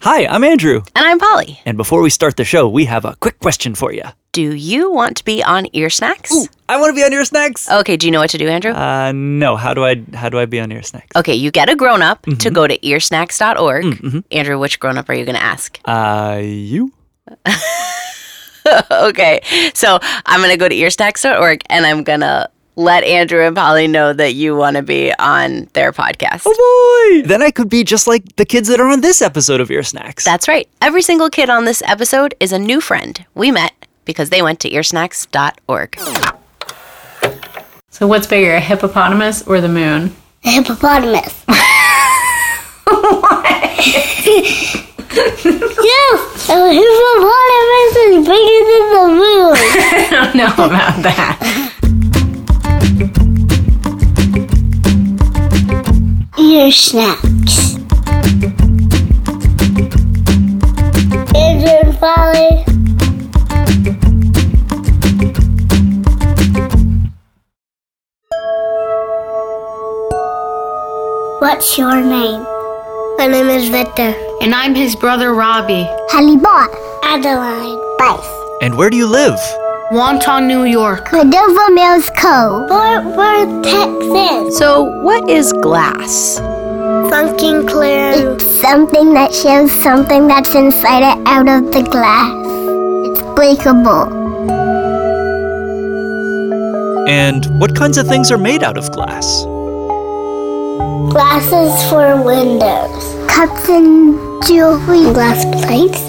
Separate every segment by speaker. Speaker 1: Hi, I'm Andrew.
Speaker 2: And I'm Polly.
Speaker 1: And before we start the show, we have a quick question for you.
Speaker 2: Do you want to be on Ear Snacks?
Speaker 1: I want to be on your snacks.
Speaker 2: Okay, do you know what to do, Andrew?
Speaker 1: Uh, no. How do I? How do I be on your snacks?
Speaker 2: okay, you get a grown up to go to earsnacks.org. Andrew, which grown up are you going to ask?
Speaker 1: Uh, you?
Speaker 2: okay, so I'm going to go to earsnacks.org and I'm going to let Andrew and Polly know that you want to be on their podcast.
Speaker 3: Oh,
Speaker 1: Oh, Boy. Then I could be just like the kids that are on this episode of Ear Snacks.
Speaker 2: That's right. Every single kid on this episode is a new friend we met because they went to earsnacks.org.
Speaker 4: So what's bigger, a hippopotamus or the moon?
Speaker 5: A hippopotamus. yes, a hippopotamus is bigger than the moon.
Speaker 4: I don't know about that.
Speaker 5: Ear snacks. Andrew and Polly. What's your name? My name is Victor.
Speaker 6: And I'm his brother Robbie,
Speaker 5: Halibut. Adeline. Bice.
Speaker 1: and where do you live?
Speaker 6: Wonton, New York.
Speaker 5: Cordova Mills Co. Fort Worth, Texas.
Speaker 2: So, what is glass?
Speaker 5: Sunken clear. It's something that shows something that's inside it out of the glass. It's breakable.
Speaker 1: And what kinds of things are made out of glass?
Speaker 5: Glasses for windows. Cups and jewelry. Glass plates,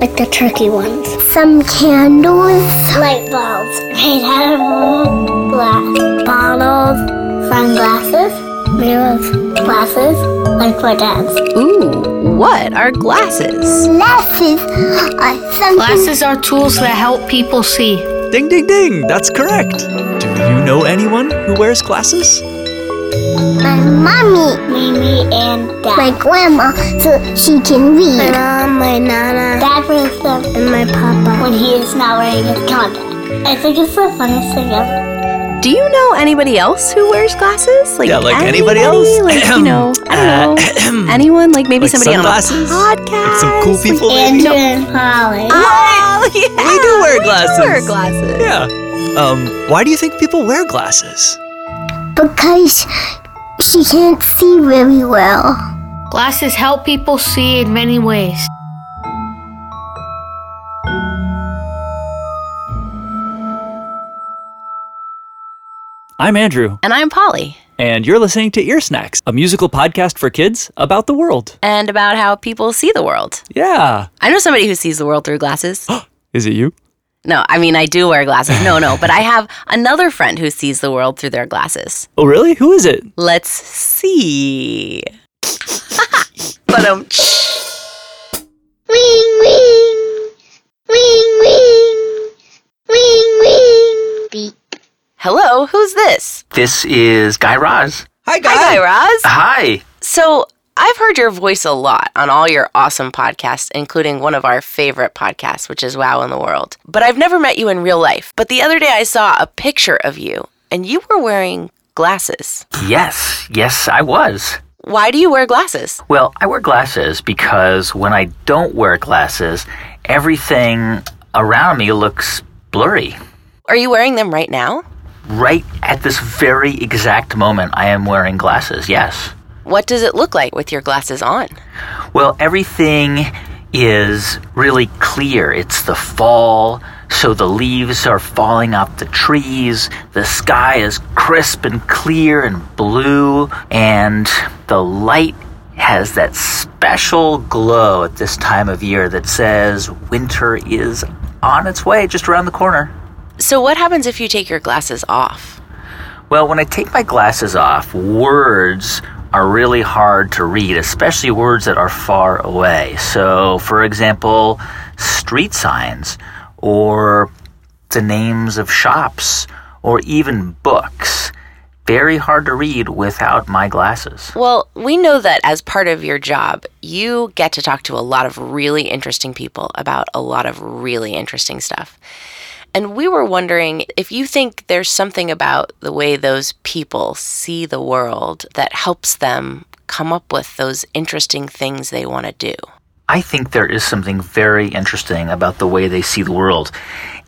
Speaker 5: like the turkey ones. Some candles. Light bulbs made out of glass. Bottles. Sunglasses. Mirrors. Glasses, like for dads.
Speaker 2: Ooh, what are glasses?
Speaker 5: Glasses are something.
Speaker 6: Glasses are tools that help people see.
Speaker 1: Ding, ding, ding. That's correct. Do you know anyone who wears glasses?
Speaker 5: My mommy. Mimi and dad. My grandma, so she can read. My mom, my nana. Dad wears them. And my papa. When he is not wearing his contact. I think it's the funniest thing ever.
Speaker 2: Do you know anybody else who wears glasses? Like
Speaker 1: Yeah, like anybody else?
Speaker 2: Like you know, I don't know. anyone? Like maybe
Speaker 1: Like
Speaker 2: somebody on a
Speaker 1: sunglasses?
Speaker 2: podcast.
Speaker 1: Like some cool people?
Speaker 5: Andrew and Polly.
Speaker 2: Oh, yeah.
Speaker 1: We do
Speaker 2: We
Speaker 1: wear
Speaker 2: do wear
Speaker 1: glasses.
Speaker 2: glasses.
Speaker 1: Yeah. Um, why do you think people wear glasses?
Speaker 5: Because she can't see very well.
Speaker 6: Glasses help people see in many ways.
Speaker 1: I'm Andrew,
Speaker 2: And I'm Polly.
Speaker 1: and you're listening to Ear Snacks, a musical podcast for kids about the world.
Speaker 2: And about how people see the world.
Speaker 1: Yeah.
Speaker 2: I know somebody who sees the world through glasses.
Speaker 1: Is it you?
Speaker 2: no, I mean, I do wear glasses. No, no. But I have another friend who sees the world through their glasses.
Speaker 1: Oh, really? Who is it?
Speaker 2: Let's see. but um,
Speaker 5: Ring, ring. Ring, ring. Ring, ring. Beep.
Speaker 2: hello, who's this?
Speaker 7: This is Guy Raz.
Speaker 1: Hi,
Speaker 2: Hi, Guy Raz.
Speaker 7: Hi.
Speaker 2: So I've heard your voice a lot on all your awesome podcasts, including one of our favorite podcasts, which is Wow in the World. But I've never met you in real life. But the other day I saw a picture of you and you were wearing glasses.
Speaker 7: Yes, yes, I was.
Speaker 2: Why do you wear glasses?
Speaker 7: Well, I wear glasses because when I don't wear glasses, everything around me looks blurry.
Speaker 2: Are you wearing them right now?
Speaker 7: Right at this very exact moment, I am wearing glasses, yes.
Speaker 2: What does it look like with your glasses on?
Speaker 7: Well, everything is really clear. It's the fall, so the leaves are falling off the trees. The sky is crisp and clear and blue, and the light has that special glow at this time of year that says winter is on its way just around the corner.
Speaker 2: So, what happens if you take your glasses off?
Speaker 7: Well, when I take my glasses off, words are really hard to read, especially words that are far away. So, for example, street signs, or the names of shops, or even books. Very hard to read without my glasses.
Speaker 2: Well, we know that as part of your job, you get to talk to a lot of really interesting people about a lot of really interesting stuff. And we were wondering if you think there's something about the way those people see the world that helps them come up with those interesting things they want to do.
Speaker 7: I think there is something very interesting about the way they see the world.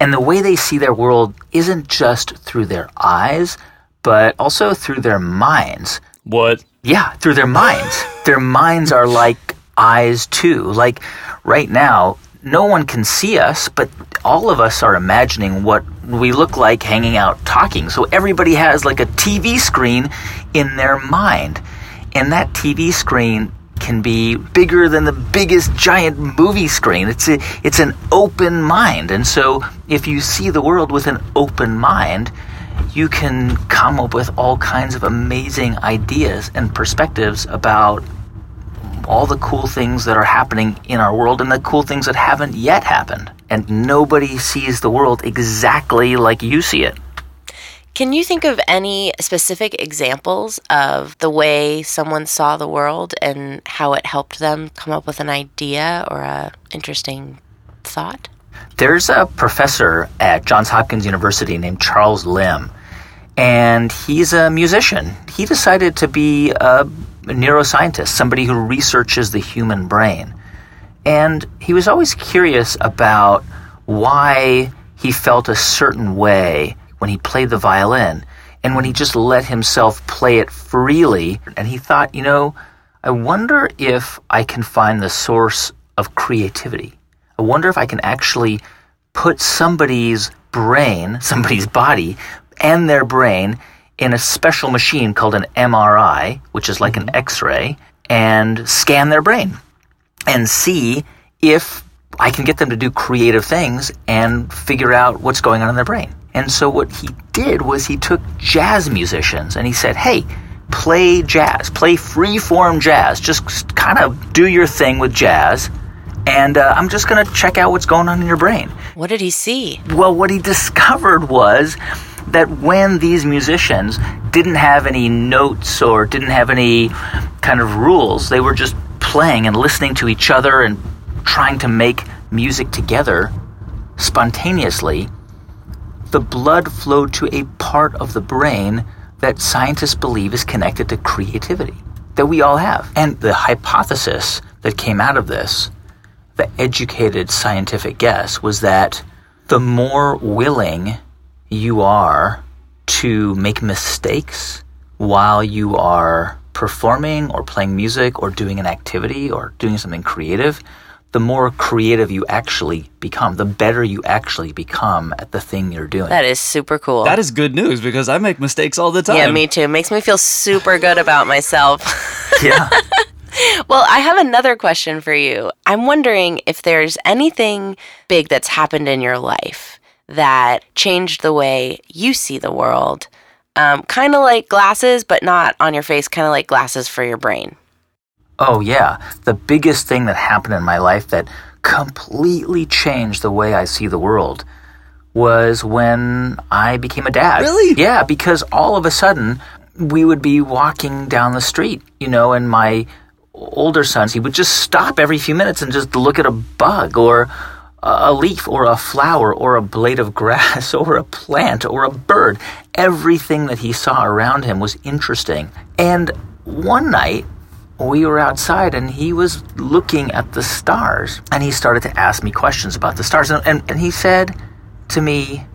Speaker 7: And the way they see their world isn't just through their eyes, but also through their minds.
Speaker 1: What?
Speaker 7: Yeah, through their minds. their minds are like eyes too. Like right now, no one can see us, but all of us are imagining what we look like hanging out talking. So everybody has like a TV screen in their mind. And that TV screen can be bigger than the biggest giant movie screen. It's a, it's an open mind. And so if you see the world with an open mind, you can come up with all kinds of amazing ideas and perspectives about all the cool things that are happening in our world and the cool things that haven't yet happened. And nobody sees the world exactly like you see it.
Speaker 2: Can you think of any specific examples of the way someone saw the world and how it helped them come up with an idea or a interesting thought?
Speaker 7: There's a professor at Johns Hopkins University named Charles Lim, and he's a musician. He decided to be a neuroscientist, somebody who researches the human brain. And he was always curious about why he felt a certain way when he played the violin and when he just let himself play it freely. And he thought, you know, I wonder if I can find the source of creativity. I wonder if I can actually put somebody's brain, somebody's body, and their brain in a special machine called an MRI, which is like an X ray, and scan their brain and see if I can get them to do creative things and figure out what's going on in their brain. And so what he did was he took jazz musicians and he said, hey, play jazz, play free form jazz, just kind of do your thing with jazz. And uh, I'm just going to check out what's going on in your brain.
Speaker 2: What did he see?
Speaker 7: Well, what he discovered was that when these musicians didn't have any notes or didn't have any kind of rules, they were just playing and listening to each other and trying to make music together spontaneously, the blood flowed to a part of the brain that scientists believe is connected to creativity that we all have. And the hypothesis that came out of this the educated scientific guess was that the more willing you are to make mistakes while you are performing or playing music or doing an activity or doing something creative, the more creative you actually become, the better you actually become at the thing you're doing.
Speaker 2: That is super cool.
Speaker 1: That is good news because I make mistakes all the time.
Speaker 2: yeah, me too. Makes me feel super good about myself.
Speaker 7: yeah.
Speaker 2: Well, I have another question for you. I'm wondering if there's anything big that's happened in your life that changed the way you see the world, um, kind of like glasses, but not on your face, kind of like glasses for your brain.
Speaker 7: Oh, yeah. The biggest thing that happened in my life that completely changed the way I see the world was when I became a dad.
Speaker 1: Really?
Speaker 7: Yeah, because all of a sudden we would be walking down the street, you know, and my older sons, he would just stop every few minutes and just look at a bug or a a leaf or a flower or a blade of grass or a plant or a bird. Everything that he saw around him was interesting. And one night, we were outside and he was looking at the stars and he started to ask me questions about the stars and, and, and he said to me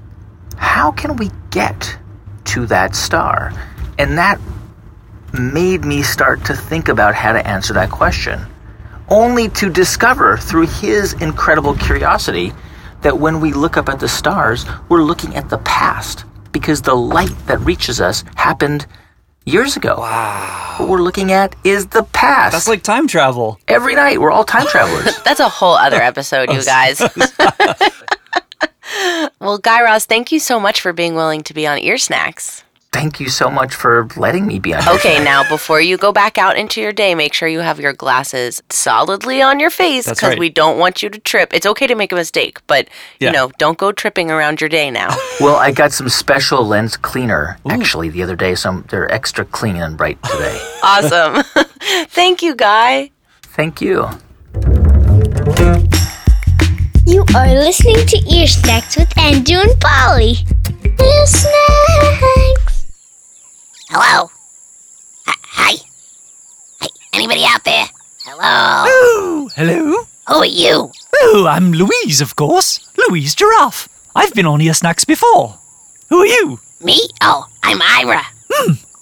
Speaker 7: how can we get to that star and that made me start to think about how to answer that question only to discover through his incredible curiosity that when we look up at the stars we're looking at the past because the light that reaches us happened years ago what we're looking at is the past.
Speaker 1: That's like time travel.
Speaker 7: every night we're all time travelers.
Speaker 2: That's a whole other episode, you guys. well, Guy Raz, thank you so much for being willing to be on Ear Snacks.
Speaker 7: Thank you so much for letting me be on. your
Speaker 2: Okay, now before you go back out into your day, make sure you have your glasses solidly on your face
Speaker 1: That's
Speaker 2: because
Speaker 1: right.
Speaker 2: we don't want you to trip. It's okay to make a mistake, but
Speaker 1: Yeah.
Speaker 2: you know, don't go tripping around your day now.
Speaker 7: show. Well, I got some special lens cleaner actually the other day. Some they're extra clean and bright today.
Speaker 2: awesome. Thank you, Guy.
Speaker 7: Thank you.
Speaker 5: You are listening to Ear Snacks with Andrew and Polly. Ear Snacks.
Speaker 3: Hello? Hi. Hi. Hey, anybody out there? Hello?
Speaker 1: Oh, hello?
Speaker 5: Who are you?
Speaker 1: Oh, I'm Louise, of course. Louise Giraffe. I've been on your snacks before. Who are you? Hmm.
Speaker 5: Me? Oh, I'm Ira.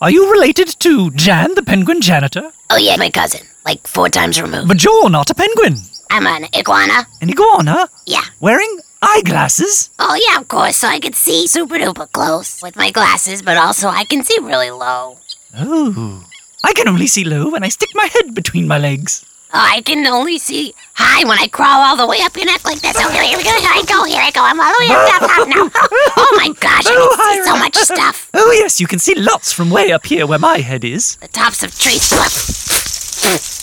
Speaker 1: Are you related to Jan, the penguin janitor?
Speaker 5: Oh, yeah, my cousin. Like four times removed.
Speaker 1: But you're not a penguin.
Speaker 5: I'm an iguana.
Speaker 1: An iguana?
Speaker 5: Yeah.
Speaker 1: Wearing eyeglasses?
Speaker 5: Oh, yeah, of course. So I can see super duper close with my glasses, but also I can see really low.
Speaker 1: Oh. I can only see low when I stick my head between my legs.
Speaker 5: Oh, I can only see high when I crawl all the way up your neck like this. Oh, here, here we go. Here I go. Here I go. I'm all the way up, up, up now. Oh, my gosh. I
Speaker 1: Oh,
Speaker 5: can see so
Speaker 1: Ira.
Speaker 5: much stuff.
Speaker 1: Oh, yes, you can see lots from way up here where my head is.
Speaker 5: The tops of trees. Yeah, so-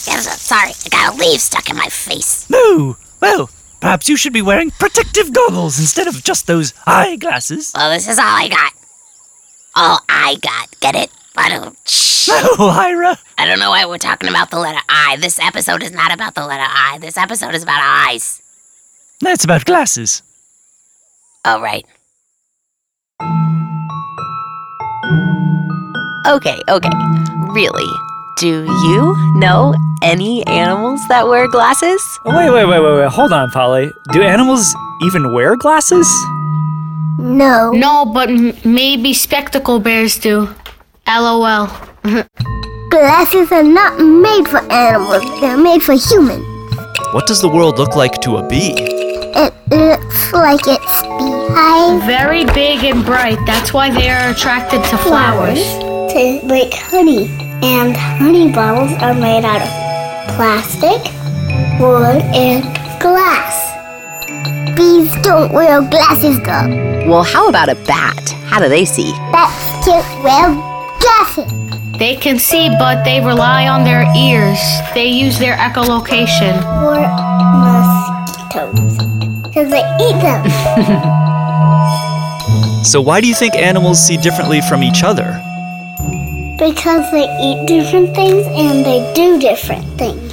Speaker 5: Sorry, I got a leaf stuck in my face.
Speaker 1: No. Well, perhaps you should be wearing protective goggles instead of just those eyeglasses.
Speaker 5: Well, this is all I got. All I got. Get it? I don't. Shh.
Speaker 1: Oh, Ira.
Speaker 5: I don't know why we're talking about the letter I. This episode is not about the letter I. This episode is about eyes.
Speaker 1: That's about glasses.
Speaker 5: All Oh, right.
Speaker 2: Okay, okay. Really? Do you know any animals that wear glasses?
Speaker 3: Wait, wait, wait, wait, wait. Hold on, Polly. Do animals even wear glasses?
Speaker 5: No.
Speaker 6: No, but m- maybe spectacle bears do. LOL.
Speaker 5: Glasses are not made for animals, they're made for humans.
Speaker 8: What does the world look like to a bee?
Speaker 5: It looks like it's beehive
Speaker 6: Very big and bright. That's why they are attracted to flowers.
Speaker 5: to make honey. And honey bottles are made out of plastic, wood, and glass. Bees don't wear glasses though.
Speaker 2: Well, how about a bat? How do they see?
Speaker 5: Bats can't wear glasses.
Speaker 6: They can see, but they rely on their ears. They use their echolocation.
Speaker 5: for mosquitoes. Because they eat them.
Speaker 8: So, why do you think animals see differently from each other?
Speaker 5: because they eat different things and they do different things.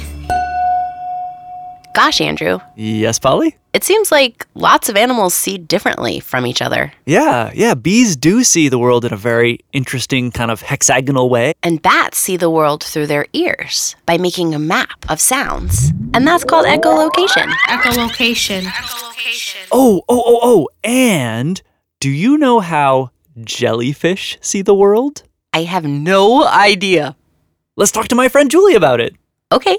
Speaker 2: Gosh, Andrew,
Speaker 8: Yes, Polly?
Speaker 2: it seems like lots of animals see differently from each other.
Speaker 8: Yeah, yeah, bees do see the world in a very interesting kind of hexagonal way.
Speaker 2: And bats see the world through their ears by making a map of sounds. And that's called echolocation.
Speaker 6: Echolocation.
Speaker 8: Oh, oh, oh, oh, and do you know how jellyfish see the world?
Speaker 2: I have no idea.
Speaker 8: Let's talk to my friend Julie about it.
Speaker 2: Okay.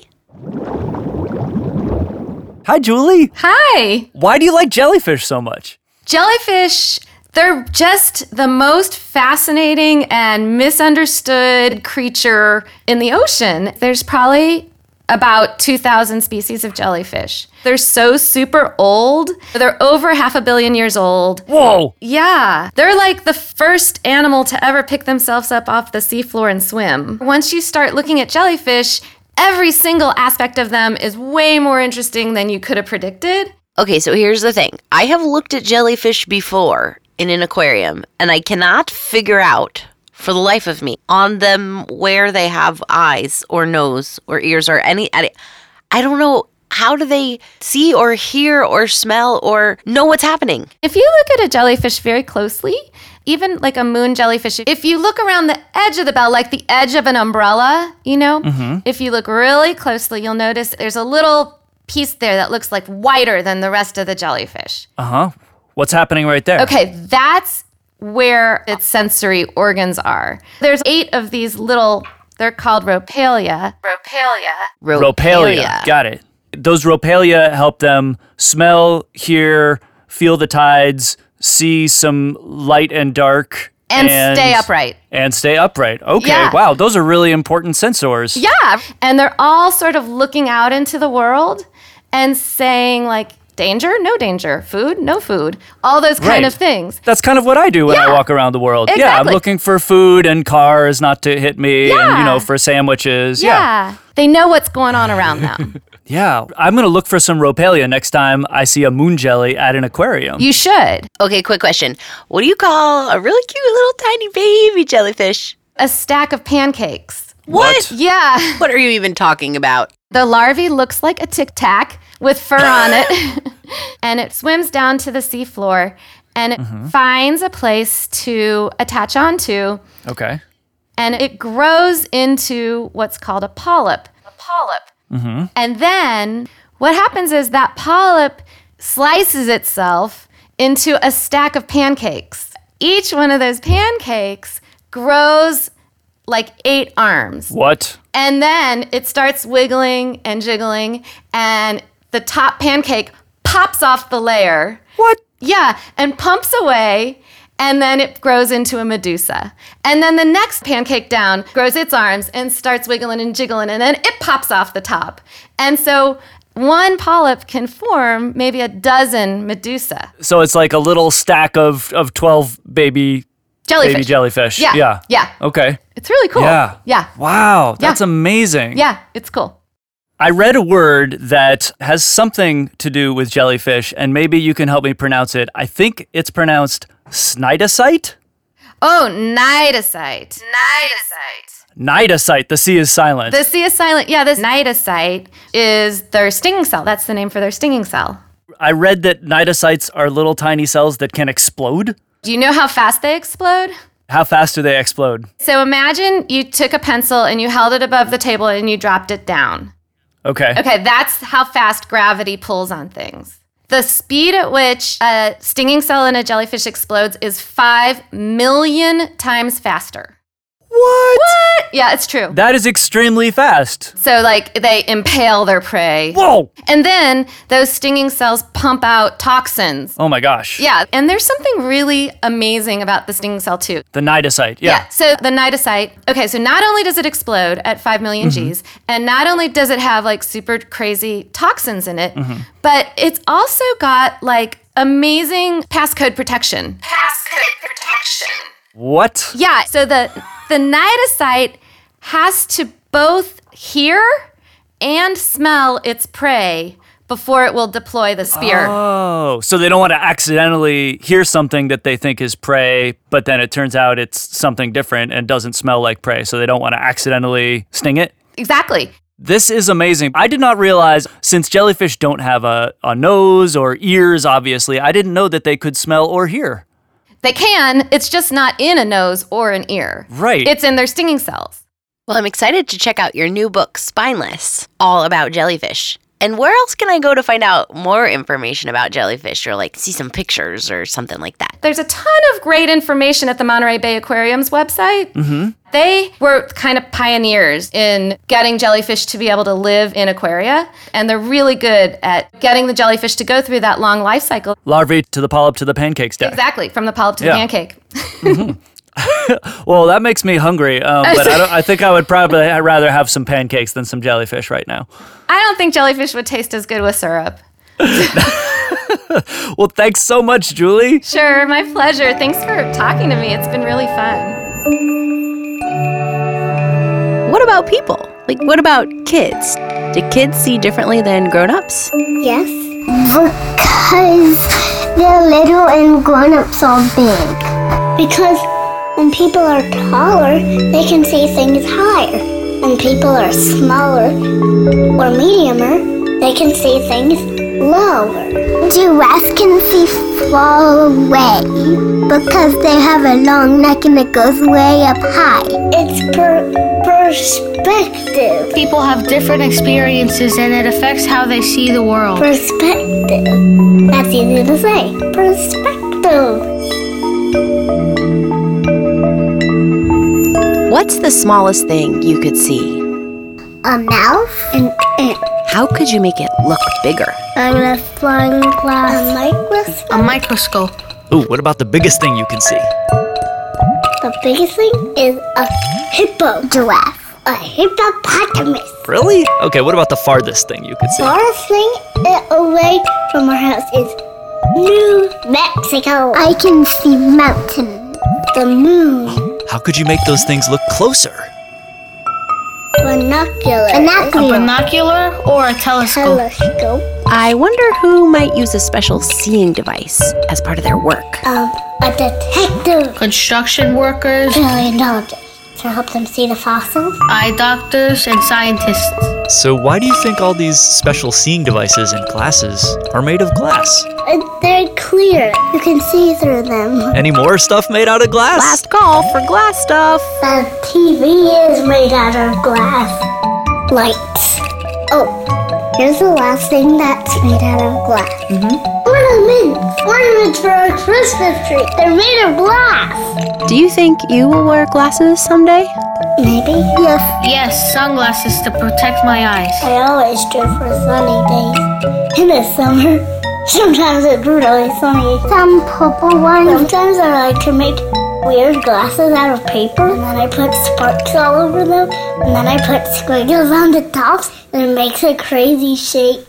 Speaker 3: Hi, Julie.
Speaker 9: Hi!
Speaker 3: Why do you like jellyfish so much?
Speaker 9: Jellyfish, they're just the most fascinating and misunderstood creature in the ocean. There's probably about 2,000 species of jellyfish. They're so super old. They're over half a billion years old.
Speaker 3: Whoa.
Speaker 9: Yeah, they're like the first animal to ever pick themselves up off the seafloor and swim. Once you start looking at jellyfish, every single aspect of them is way more interesting than you could have predicted.
Speaker 2: Okay, so here's the thing I have looked at jellyfish before in an aquarium, and I cannot figure out for the life of me on them where they have eyes or nose or ears or any. I, I don't know. How do they see or hear or smell or know what's happening?
Speaker 9: If you look at a jellyfish very closely, even like a moon jellyfish, if you look around the edge of the bell, like the edge of an umbrella, you know, if you look really closely, you'll notice there's a little piece there that looks like whiter than the rest of the jellyfish.
Speaker 3: Uh huh. What's happening right there?
Speaker 9: Okay, that's where its sensory organs are. There's eight of these little, they're called ropalia. Ropalia.
Speaker 3: Ropalia. Got it. Those ropalia help them smell, hear, feel the tides, see some light and dark,
Speaker 9: And stay upright.
Speaker 3: And stay upright. Okay.
Speaker 9: Yeah.
Speaker 3: Wow. Those are really important sensors.
Speaker 9: Yeah. And they're all sort of looking out into the world and saying, like, danger, no danger, food, no food, all those
Speaker 3: Right.
Speaker 9: kind of things.
Speaker 3: That's kind of what I do when I walk around the world. Yeah, I'm
Speaker 9: Exactly.
Speaker 3: looking for food and cars not to hit me and, you
Speaker 9: Yeah.
Speaker 3: know, for sandwiches. Yeah.
Speaker 9: yeah. They know what's going on around them.
Speaker 3: Yeah. I'm going to look for some Ropalia next time I see a moon jelly at an aquarium.
Speaker 9: you should.
Speaker 2: Okay, quick question. What do you call a really cute little tiny baby jellyfish?
Speaker 9: A stack of pancakes.
Speaker 2: What?
Speaker 9: Yeah.
Speaker 2: What are you even talking about?
Speaker 9: The larvae looks like a tic tac with fur on it, and it swims down to the seafloor and it
Speaker 3: Mm-hmm.
Speaker 9: finds a place to attach onto,
Speaker 3: okay.
Speaker 9: and it grows into what's called a polyp. A polyp. And then What happens is that polyp slices itself into a stack of pancakes. Each one of those pancakes grows like eight arms.
Speaker 3: What?
Speaker 9: And then it starts wiggling and jiggling, and the top pancake pops off the layer.
Speaker 1: What?
Speaker 9: Yeah, and pumps away, and then it grows into a medusa. And then the next pancake down grows its arms and starts wiggling and jiggling, and then it pops off the top. And so one polyp can form maybe a dozen medusa.
Speaker 3: So it's like a little stack of of twelve baby
Speaker 9: Jellyfish.
Speaker 3: baby jellyfish.
Speaker 9: Yeah.
Speaker 3: Yeah.
Speaker 9: Yeah.
Speaker 3: Okay.
Speaker 9: It's really cool.
Speaker 3: Yeah.
Speaker 9: Yeah.
Speaker 3: Wow, that's
Speaker 9: Yeah.
Speaker 3: amazing.
Speaker 9: Yeah, it's cool.
Speaker 3: I read a word that has something to do with jellyfish, and maybe you can help me pronounce it. I think it's pronounced cnidocyte.
Speaker 9: Oh, nidocyte. Nidocyte.
Speaker 3: Cnidocyte. The C is silent.
Speaker 9: The sea is silent. Yeah, this nidocyte is their stinging cell. That's the name for their stinging cell.
Speaker 3: I read that cnidocytes are little tiny cells that can explode.
Speaker 9: Do you know how fast they explode?
Speaker 3: How fast do they explode?
Speaker 9: So imagine you took a pencil and you held it above the table and you dropped it down.
Speaker 3: Okay.
Speaker 9: Okay, that's how fast gravity pulls on things. The speed at which a stinging cell in a jellyfish explodes is 5 million times faster.
Speaker 1: What?
Speaker 9: Yeah, it's true.
Speaker 3: That is extremely fast.
Speaker 9: so, like, they impale their prey.
Speaker 3: Whoa!
Speaker 9: And then those stinging cells pump out toxins.
Speaker 3: Oh my gosh.
Speaker 9: Yeah, and there's something really amazing about the stinging cell too.
Speaker 3: The cnidocyte.
Speaker 9: Yeah.
Speaker 3: Yeah.
Speaker 9: So the nidocyte. Okay, so not only does it explode at 5 million Gs, and not only does it have like super crazy toxins in it, but it's also got like amazing passcode protection.
Speaker 3: What?
Speaker 9: Yeah, so the the nidocyte has to both hear and smell its prey before it will deploy the spear.
Speaker 3: Oh, so they don't want to accidentally hear something that they think is prey, but then it turns out it's something different and doesn't smell like prey, so they don't want to accidentally sting it.
Speaker 9: Exactly.
Speaker 3: This is amazing. I did not realize, since jellyfish don't have a, a nose or ears, obviously, I didn't know that they could smell or hear.
Speaker 9: They can, it's just not in a nose or an ear.
Speaker 3: Right.
Speaker 9: It's in their stinging cells.
Speaker 2: Well, I'm excited to check out your new book, Spineless, all about jellyfish. And where else can I go to find out more information about jellyfish or like see some pictures or something like that?
Speaker 9: There's a ton of great information at the Monterey Bay Aquarium's website. Mm-hmm. They were kind of pioneers in getting jellyfish to be able to live in aquaria, and they're really good at getting the jellyfish to go through that long life cycle.
Speaker 3: Larvae to the polyp to the pancakes deck.
Speaker 9: Exactly, from the polyp to
Speaker 3: Yeah.
Speaker 9: the pancake.
Speaker 3: Well, that makes me hungry, um, but I, don't, I think I would probably rather have some pancakes than some jellyfish right now.
Speaker 9: I don't think jellyfish would taste as good with syrup.
Speaker 3: Well, thanks so much, Julie.
Speaker 9: Sure, my pleasure. Thanks for talking to me. It's been really fun.
Speaker 2: What about people? Like, what about kids? Do kids see differently than grown ups?
Speaker 5: Yes? Because they're little and grown ups are big. Because when people are taller, they can see things higher. When people are smaller or mediumer, they can see things lower. Giraffes can see far away because they have a long neck and it goes way up high. It's per- perspective.
Speaker 6: People have different experiences and it affects how they see the world.
Speaker 5: Perspective. That's easy to say. Perspective.
Speaker 2: What's the smallest thing you could see?
Speaker 5: A mouse. An ant.
Speaker 2: How could you make it look bigger?
Speaker 5: I'm a flying glass. A microscope.
Speaker 6: A microscope.
Speaker 8: Ooh, what about the biggest thing you can see?
Speaker 5: The biggest thing is a hippo. Giraffe. A hippopotamus.
Speaker 8: Really? Okay, what about the farthest thing you could see?
Speaker 5: Farthest thing uh, away from our house is New Mexico. I can see mountains. The moon.
Speaker 8: How could you make those things look closer?
Speaker 5: Binoculars.
Speaker 6: A
Speaker 5: Binoculars.
Speaker 6: binocular or a telescope.
Speaker 5: Telescope.
Speaker 2: I wonder who might use a special seeing device as part of their work.
Speaker 5: Um, a detective.
Speaker 6: Construction workers,
Speaker 5: Paleontologist. To help them see the fossils.
Speaker 6: eye doctors, and scientists.
Speaker 8: So, why do you think all these special seeing devices and glasses are made of glass?
Speaker 5: Uh, They're clear. You can see through them.
Speaker 8: Any more stuff made out of glass?
Speaker 2: Last call for glass stuff.
Speaker 5: The TV is made out of glass. Lights. Oh, Here's the last thing that's made out of glass. Ornaments! Ornaments for our Christmas tree. They're made of glass.
Speaker 2: Do you think you will wear glasses someday?
Speaker 5: Maybe? Yes.
Speaker 6: Yes, sunglasses to protect my eyes.
Speaker 5: I always do for sunny days. In the summer, sometimes it's really sunny. Some purple ones. Sometimes I like to make weird glasses out of paper, and then I put sparks all over them, and then I put squiggles on the tops, and it makes a crazy shape.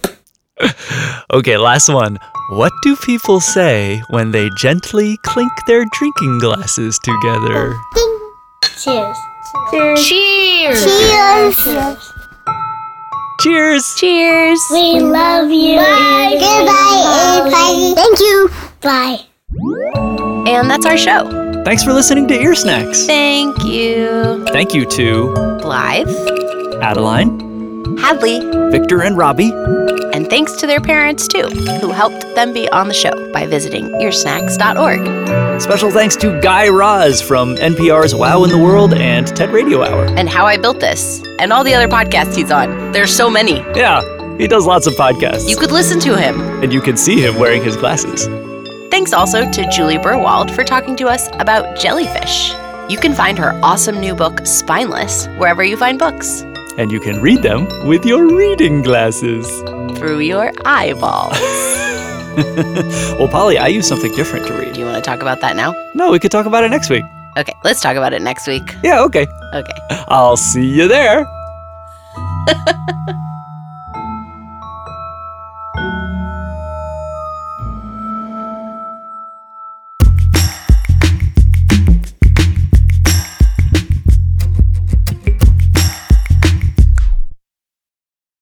Speaker 3: Okay, last one. What do people say when they gently clink their drinking glasses together?
Speaker 5: Ding! Cheers. Cheers.
Speaker 6: Cheers!
Speaker 5: Cheers.
Speaker 3: Cheers!
Speaker 2: Cheers.
Speaker 5: We love you. Bye. Goodbye, everybody. Thank you. Bye.
Speaker 2: And that's our show.
Speaker 3: Thanks for listening to Ear Snacks.
Speaker 2: Thank you,
Speaker 3: Thank you to
Speaker 2: Blythe,
Speaker 3: Adeline,
Speaker 2: Hadley,
Speaker 3: Victor, and Robbie.
Speaker 2: and thanks to their parents too, who helped them be on the show by visiting earsnacks.org.
Speaker 3: Special thanks to Guy Raz from NPR's Wow in the World and TED Radio Hour.
Speaker 2: And How I Built This, and all the other podcasts he's on. There's so many.
Speaker 3: Yeah, he does lots of podcasts.
Speaker 2: You could listen to him.
Speaker 3: and you can see him wearing his glasses.
Speaker 2: Thanks also to Julie Burwald for talking to us about jellyfish. You can find her awesome new book, Spineless, wherever you find books
Speaker 3: And you can read them with your reading glasses.
Speaker 2: through your eyeball.
Speaker 3: Well, Polly, I use something different to
Speaker 2: Do
Speaker 3: read.
Speaker 2: you want to talk about that now?
Speaker 3: No, we could talk about it next week.
Speaker 2: Okay, let's talk about it next week.
Speaker 3: Yeah, okay.
Speaker 2: Okay.
Speaker 3: I'll see you there.